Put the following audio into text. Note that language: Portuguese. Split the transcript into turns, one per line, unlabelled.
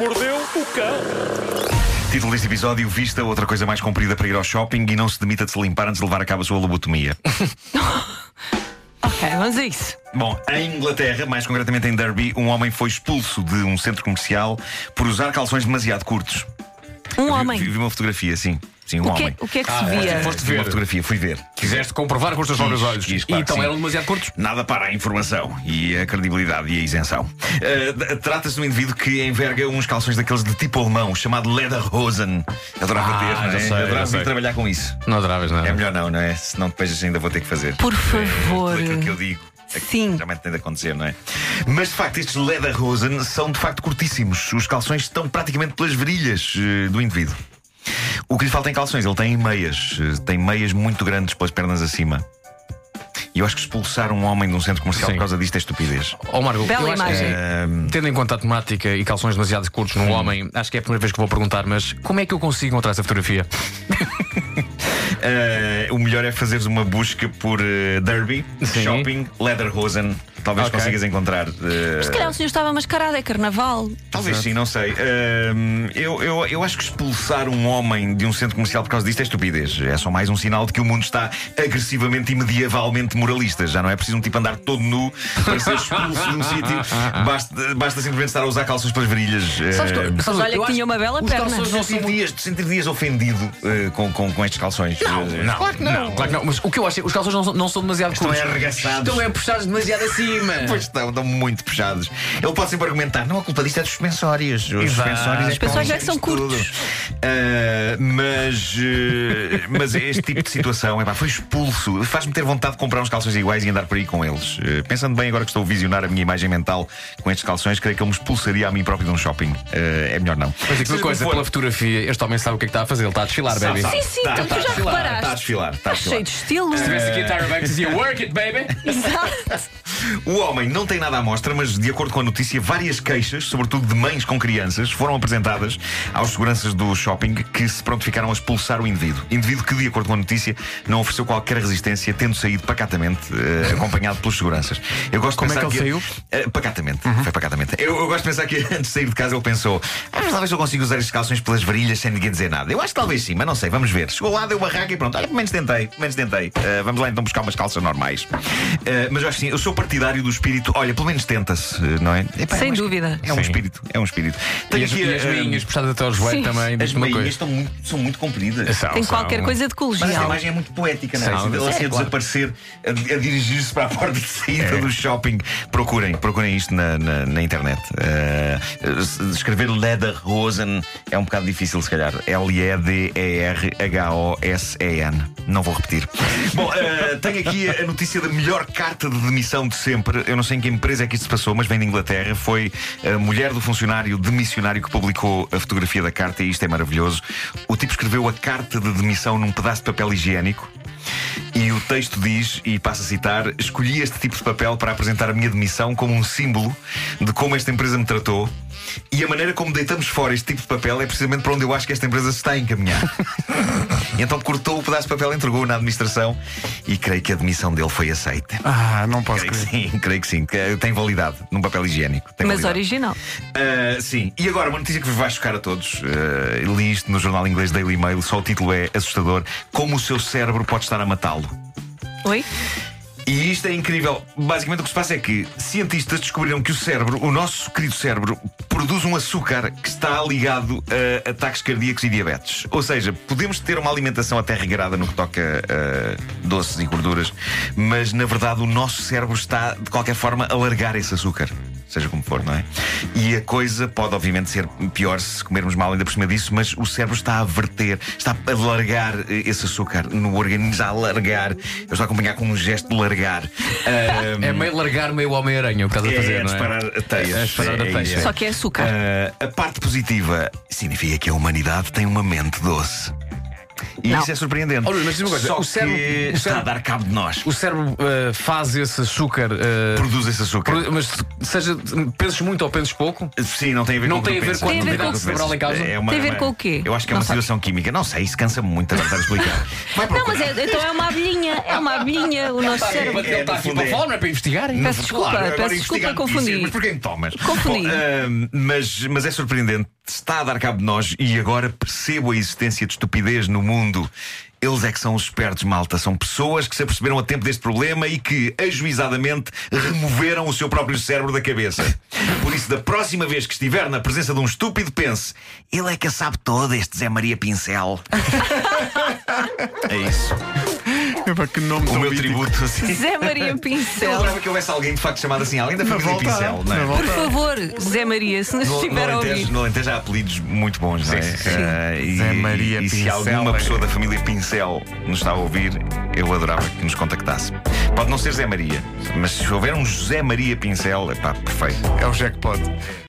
o cão.
Título deste episódio: Vista outra coisa mais comprida para ir ao shopping e não se demita de se limpar antes de levar a cabo a sua lobotomia.
Ok, vamos a isso.
Bom, em Inglaterra, mais concretamente em Derby, um homem foi expulso de um centro comercial por usar calções demasiado curtos.
Um
Eu vi-
homem.
Vi, vi uma fotografia, sim. Sim, um
o, que,
homem. Eh,
o que é que se via?
foste
Vi uma
ver.
fotografia, fui ver.
Quiseste comprovar com os teus próprios
Quis,
olhos.
quis,
e
claro que
então
sim.
eram demasiado curtos.
Nada para a informação e a credibilidade e a isenção. Eh, d- Trata-se de um indivíduo que enverga uns calções daqueles de tipo alemão, chamado Lederhosen. Adorava
Ah,
ter, não
já
é?
sei, já
Adorava
sei.
vir trabalhar com isso.
Não adoráveis nada.
É melhor não, não é? Senão depois ainda vou ter que fazer.
Por
É,
favor.
tudo aquilo que eu digo. é que
Sim.
Realmente tem de acontecer, não é? Mas de facto, estes Leda Rosen são de facto curtíssimos. Os calções estão praticamente pelas virilhas eh, do indivíduo. O que lhe falta em calções, ele tem meias. eh, Tem meias muito grandes pelas pernas acima. E eu acho que expulsar um homem de um centro comercial
Sim.
por causa disto é estupidez.
Ó Margo,
Bela
eu acho que-
imagem.
Ahm,
Tendo em conta a temática e calções demasiado curtos num homem, acho que é a primeira vez que vou perguntar, mas como é que eu consigo encontrar essa fotografia?
eh, o melhor é fazeres uma busca por eh, Derby,
Sim.
Shopping, Lederhosen. Talvez
Ok.
consigas encontrar. eh,
Se calhar o senhor estava mascarado, é carnaval.
Talvez sim, não sei. Ahm, eu, eu, eu acho que expulsar um homem de um centro comercial por causa disto é estupidez. É só mais um sinal de que o mundo está agressivamente e medievalmente moralista. Já não é preciso um tipo andar todo nu para ser expulso de um sítio. Basta, basta simplesmente estar a usar calças pelas virilhas.
Sabes É. que-
Ahm,
sabes
olha
eu
que
acho
tinha uma bela
os
perna.
calções não são
sentir
muito-
dias, sentir dias ofendido eh, com, com, com estes calções. Eh,
Não, claro que não. Claro que não. Mas o que eu acho é que os calções não são, não são demasiado
Estão
curtos.
arregaçados.
Estão é puxados demasiado acima.
Pois estão, estão muito puxados. Ele pode sempre argumentar: não, a culpa disto é dos suspensórios. Os suspensórios,
Os
é que
suspensórios é que são
isto tudo.
curtos.
Ah, mas, eh, mas este tipo de situação epá, foi expulso. Faz-me ter vontade de comprar uns calções iguais e andar por aí com eles. Eh, pensando bem, agora que estou a visionar a minha imagem mental com estes calções, creio que ele me expulsaria a mim próprio de um shopping. Eh, é melhor não.
Mas aquela
Seja
coisa,
como for,
pela fotografia, este homem sabe o que é que está a fazer. Ele está a desfilar,
sabe,
baby.
sabe,
Sim, sim,
está-
tu
está
já
a desfilar,
reparaste.
Está Tá a desfilar, está a desfilar.
Cheio de estilo.
Se
É.
tivesse aqui a Tyra Banks dizia Work it, baby.
Exato.
O homem não tem nada à mostra, mas de acordo com a notícia, várias queixas, sobretudo de mães com crianças, foram apresentadas aos seguranças do shopping que se prontificaram a expulsar o indivíduo. Indivíduo que, de acordo com a notícia, não ofereceu qualquer resistência, tendo saído pacatamente, eh, acompanhado pelos seguranças. Eu gosto
Como
de
é
pensar
que ele saiu?
eh, pacatamente, foi pacatamente. Eu, eu gosto de pensar que antes de sair de casa ele pensou: "Ah, mas talvez eu consiga usar estes calções pelas varilhas sem ninguém dizer nada. Eu acho que talvez sim, mas não sei, vamos ver. Chegou lá, deu barraca e pronto. Olha, pelo menos tentei, pelo menos tentei. Ah, vamos lá então buscar umas calças normais. Ah, mas eu acho que sim, eu sou partidário do espírito, olha, pelo menos tenta-se, não é? Epá,
Sem
eu acho que
dúvida.
É um
Sim.
espírito, é um espírito.
E
Tenho
as,
aqui,
e as
ah,
meinhas puxadas até ao joelho
Sim.
também.
as
Diz-me uma
meinhas
coisa.
estão muito, são muito compridas.
São,
Tem
são.
qualquer coisa de
Mas esta
colegial.
imagem é muito poética, não é?
Sim,
Assim, dele
sim,
assim a
claro.
desaparecer, a, a dirigir-se para a porta de saída do shopping. Procurem, procurem isto na, na- na internet. Eh, eh, escrever Leder Rosen é um bocado difícil, se calhar. L-E-D-E-R-H-O-S-E-N. Não vou repetir. Bom, eh, tenho aqui a notícia da melhor carta de demissão de sempre. Eu não sei em que empresa é que isto se passou, mas vem de Inglaterra. Foi a mulher do funcionário demissionário que publicou a fotografia da carta e isto é maravilhoso. O tipo escreveu a carta de demissão num pedaço de papel higiênico. E o texto diz, e passo a citar: Escolhi este tipo de papel para apresentar a minha demissão como um símbolo de como esta empresa me tratou. E a maneira como deitamos fora este tipo de papel é precisamente para onde eu acho que esta empresa se está a encaminhar. E então cortou o pedaço de papel, entregou-o na administração e creio que a demissão dele foi aceita.
Ah, não posso
Creio que
crer.
sim, creio que sim. que Tem validade num papel higiênico. Tem
Mas
validade.
original.
Uh, sim, e agora uma notícia que vos vai chocar a todos. Uh, li isto no jornal inglês Daily Mail, só o título é assustador: Como o seu cérebro pode estar a matá-lo.
Oi?
E isto é incrível. Basicamente o que se passa é que cientistas descobriram que o cérebro, o nosso querido cérebro, produz um açúcar que está ligado a ataques cardíacos e diabetes. Ou seja, podemos ter uma alimentação até regrada no que toca a doces e gorduras, mas na verdade o nosso cérebro está de qualquer forma a largar esse açúcar. Seja como for, não é? E a coisa pode, obviamente, ser pior se comermos mal ainda por cima disso, mas o cérebro está a verter, está a largar eh, esse açúcar no organismo, está a largar. Eu estou a acompanhar com um gesto de largar. Ah,
É meio largar, meio Homem-Aranha o que estás a
é,
fazer,
é
não é?
disparar teias.
É disparar a
É
teia.
isso, é.
Só que é açúcar.
Ah, a parte positiva significa que a humanidade tem uma mente doce. E
Não.
isso é surpreendente.
Oh, Luís, mas diz uma coisa,
Só
o cérebro-
que
o cérebro-
está a dar cabo de nós.
O cérebro eh, faz esse açúcar. eh,
Produz esse açúcar.
pro- mas seja, penses muito ou penses pouco?
Sim, não tem a ver
Não
com o que
tem
tu
a ver
pensas,
com-
não
Tem a ver
o
com
que
o
tu
cerebral em
pensas.
causa?
É uma-
Tem a ver
uma-
com o quê?
Eu acho que é
Não
uma
sabes.
situação química. Não sei, isso cansa-me muito agora estar a explicar. Vai
Não,
procurar.
mas é- então é uma abelhinha. É uma abelhinha o nosso
Ele
cérebro.
é,
está
no
aqui
fundo
para
é.
falar, não é para investigar? hein?
Peço desculpa,
Claro, agora
peço desculpa,
investigar notícias,
confundi.
Mas porquê me tomas?
Confundi.
Bom, ahm, mas, mas é surpreendente está a dar cabo de nós e agora percebo a existência de estupidez no mundo. Eles é que são os espertos, malta. São pessoas que se aperceberam a tempo deste problema e que, ajuizadamente, removeram o seu próprio cérebro da cabeça. Por isso, da próxima vez que estiver na presença de um estúpido, pense: ele é que a sabe toda, este Zé Maria Pincel. é isso.
Epá, É que nome
O meu tributo. Assim.
Zé Maria
Eu
Pincel.
adorava que houvesse alguém de facto chamado assim, além da
Na
família
volta,
Pincel, não é?
na volta.
Por favor, Zé Maria, se nos
No, no,
estiver a ouvir.
Alentejo, no Alentejo há apelidos muito bons, não é?
Sim, sim, sim.
Eh, e,
Zé Maria
e se
Pincel,
alguma
é.
pessoa da família Pincel nos está a ouvir, eu adorava que nos contactasse. Pode não ser Zé Maria, mas se houver um José Maria Pincel, é pá, perfeito.
É o jackpot.